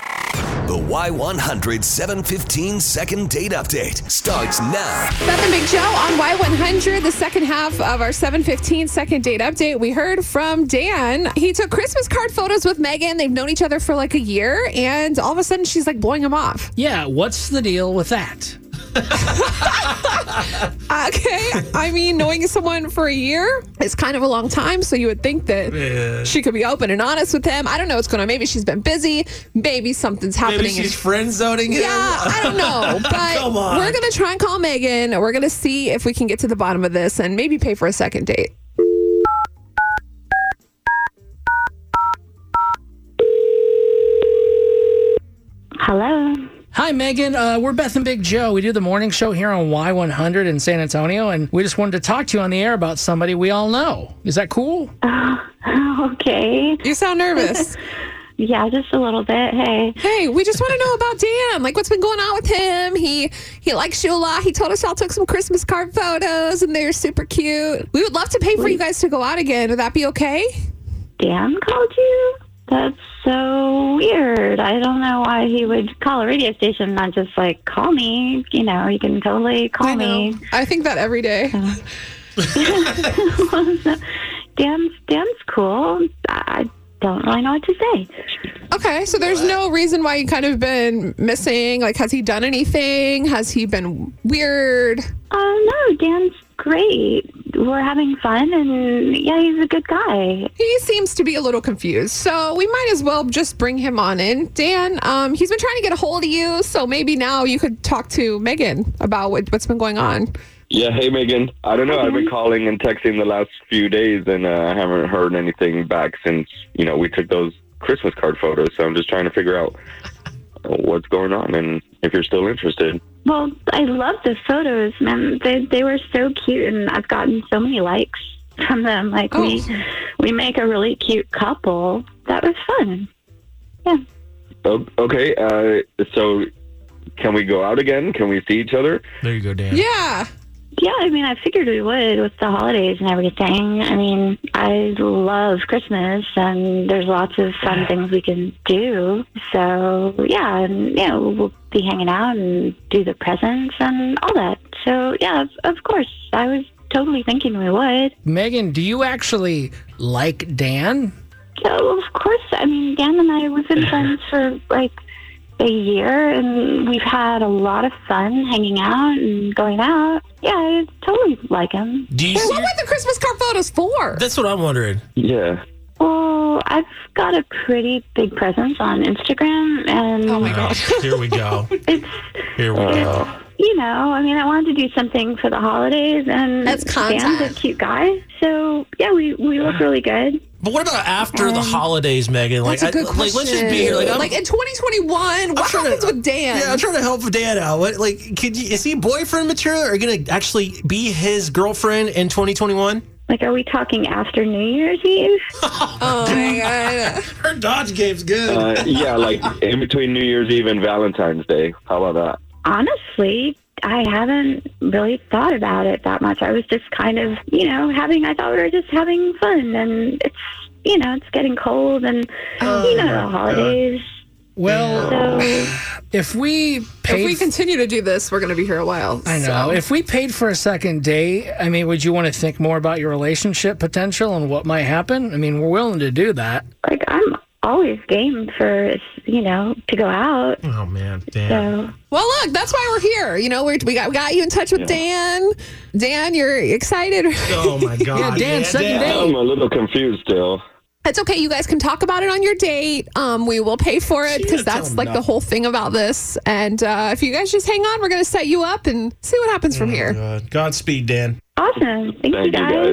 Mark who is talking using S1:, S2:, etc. S1: The Y100 715 second date update starts now.
S2: Beth and Big Joe on Y100, the second half of our 715 second date update. We heard from Dan. He took Christmas card photos with Megan. They've known each other for like a year, and all of a sudden she's like blowing him off.
S3: Yeah, what's the deal with that?
S2: Okay. I mean, knowing someone for a year is kind of a long time, so you would think that she could be open and honest with him. I don't know what's going on. Maybe she's been busy. Maybe something's happening.
S4: Maybe she's friend zoning him.
S2: Yeah, I don't know. But
S4: Come on.
S2: we're going to try and call Megan. We're going to see if we can get to the bottom of this and maybe pay for a second date.
S5: Hello.
S3: Hi, Megan. Uh, we're Beth and Big Joe. We do the morning show here on Y100 in San Antonio, and we just wanted to talk to you on the air about somebody we all know. Is that cool?
S5: Okay.
S2: You sound nervous.
S5: Yeah, just a little bit. Hey.
S2: hey, we just want to know about Dan. Like, what's been going on with him? He he likes you a lot. He told us y'all took some Christmas card photos, and they're super cute. We would love to pay for you guys to go out again. Would that be okay?
S5: Dan called you? That's so weird. I don't know why he would call a radio station, not just like call me. You know, you can totally call me.
S2: I think that every day.
S5: Dan's Dan's cool. I I don't really know what to say.
S2: Okay, so there's no reason why you kind of been missing. Like, has he done anything? Has he been weird?
S5: Oh no, Dan's great. We're having fun, and yeah, he's a good guy.
S2: He seems to be a little confused, so we might as well just bring him on in. Dan, um, he's been trying to get a hold of you, so maybe now you could talk to Megan about what, what's been going on.
S6: Yeah, hey Megan. I don't know. I've been calling and texting the last few days, and uh, I haven't heard anything back since you know we took those Christmas card photos. So I'm just trying to figure out what's going on and if you're still interested.
S5: Well, I love the photos, man. They they were so cute, and I've gotten so many likes from them. Like
S2: Oh.
S5: we we make a really cute couple. That was fun.
S6: O- Oh, Okay, uh, so can we go out again? Can we see each other?
S3: There you go, Dan.
S2: Yeah.
S5: Yeah, I mean, I figured we would with the holidays and everything. I mean, I love Christmas, and there's lots of fun things we can do. So yeah, and you know, we'll be hanging out and do the presents and all that. So yeah, of, of course, I was totally thinking we would.
S3: Megan, do you actually like Dan?
S5: Oh, of course. I mean, Dan and I, we've been friends for like a year, and we've had a lot of fun hanging out and going out. Yeah, I totally like him.
S4: Do you
S2: What
S4: see?
S2: were the Christmas card photos for?
S4: That's what I'm wondering.
S6: Yeah.
S5: Well, I've got a pretty big presence on Instagram, and
S2: Oh my
S4: Oh,
S2: gosh.
S4: here we go.
S5: it's,
S4: Here we go.
S5: you know, I mean, I wanted to do something for the holidays, and
S2: That's
S5: Dan's a
S2: content.
S5: cute guy. So, yeah, we, we look really good.
S4: But what about after the holidays, Megan? Like,
S2: Um, That's a good
S4: I,
S2: question.
S4: like let's just be here. Like, I'm,
S2: in 2021, what
S4: trying to-
S2: happens with Dan?
S4: yeah, I'm trying to help Dan out. What, like, could you, is he boyfriend material, or going to actually be his girlfriend in 2021?
S5: Like, are we talking after New Year's Eve?
S2: oh my god.
S4: Her dodge game's good.
S6: Uh, yeah, like in between New Year's Eve and Valentine's Day. How about that?
S5: honestly, I haven't really thought about it that much. I was just kind of, you know, having, I thought we were just having fun and it's, you know, it's getting cold and, you know, the holidays.
S3: Well,
S5: So,
S3: if we paid
S2: If we continue to do this, we're going to be here a while.
S3: I know. If we paid for a second date, I mean, would you want to think more about your relationship potential and what might happen? I mean, we're willing to do that.
S5: like, I'm always game for, you know, to go out.
S4: Oh man, Dan.
S5: So,
S2: Well, look, that's why we're here. You know, we're, we got we got you in touch with Dan. Dan, you're excited.
S4: Oh my god.
S3: Yeah, Dan, second
S4: Dan.
S3: date.
S6: I'm a little confused still.
S2: It's okay. You guys can talk about it on your date. Um, we will pay for it because
S4: didn't tell
S2: that's
S4: him
S2: like the
S4: nothing.
S2: whole thing about this. And uh, if you guys just hang
S4: Mm,
S2: on, we're going to set you up and see what happens from here.
S4: God. Godspeed, Dan.
S5: awesome. Thank you
S6: Thank you
S5: guys.
S6: guys.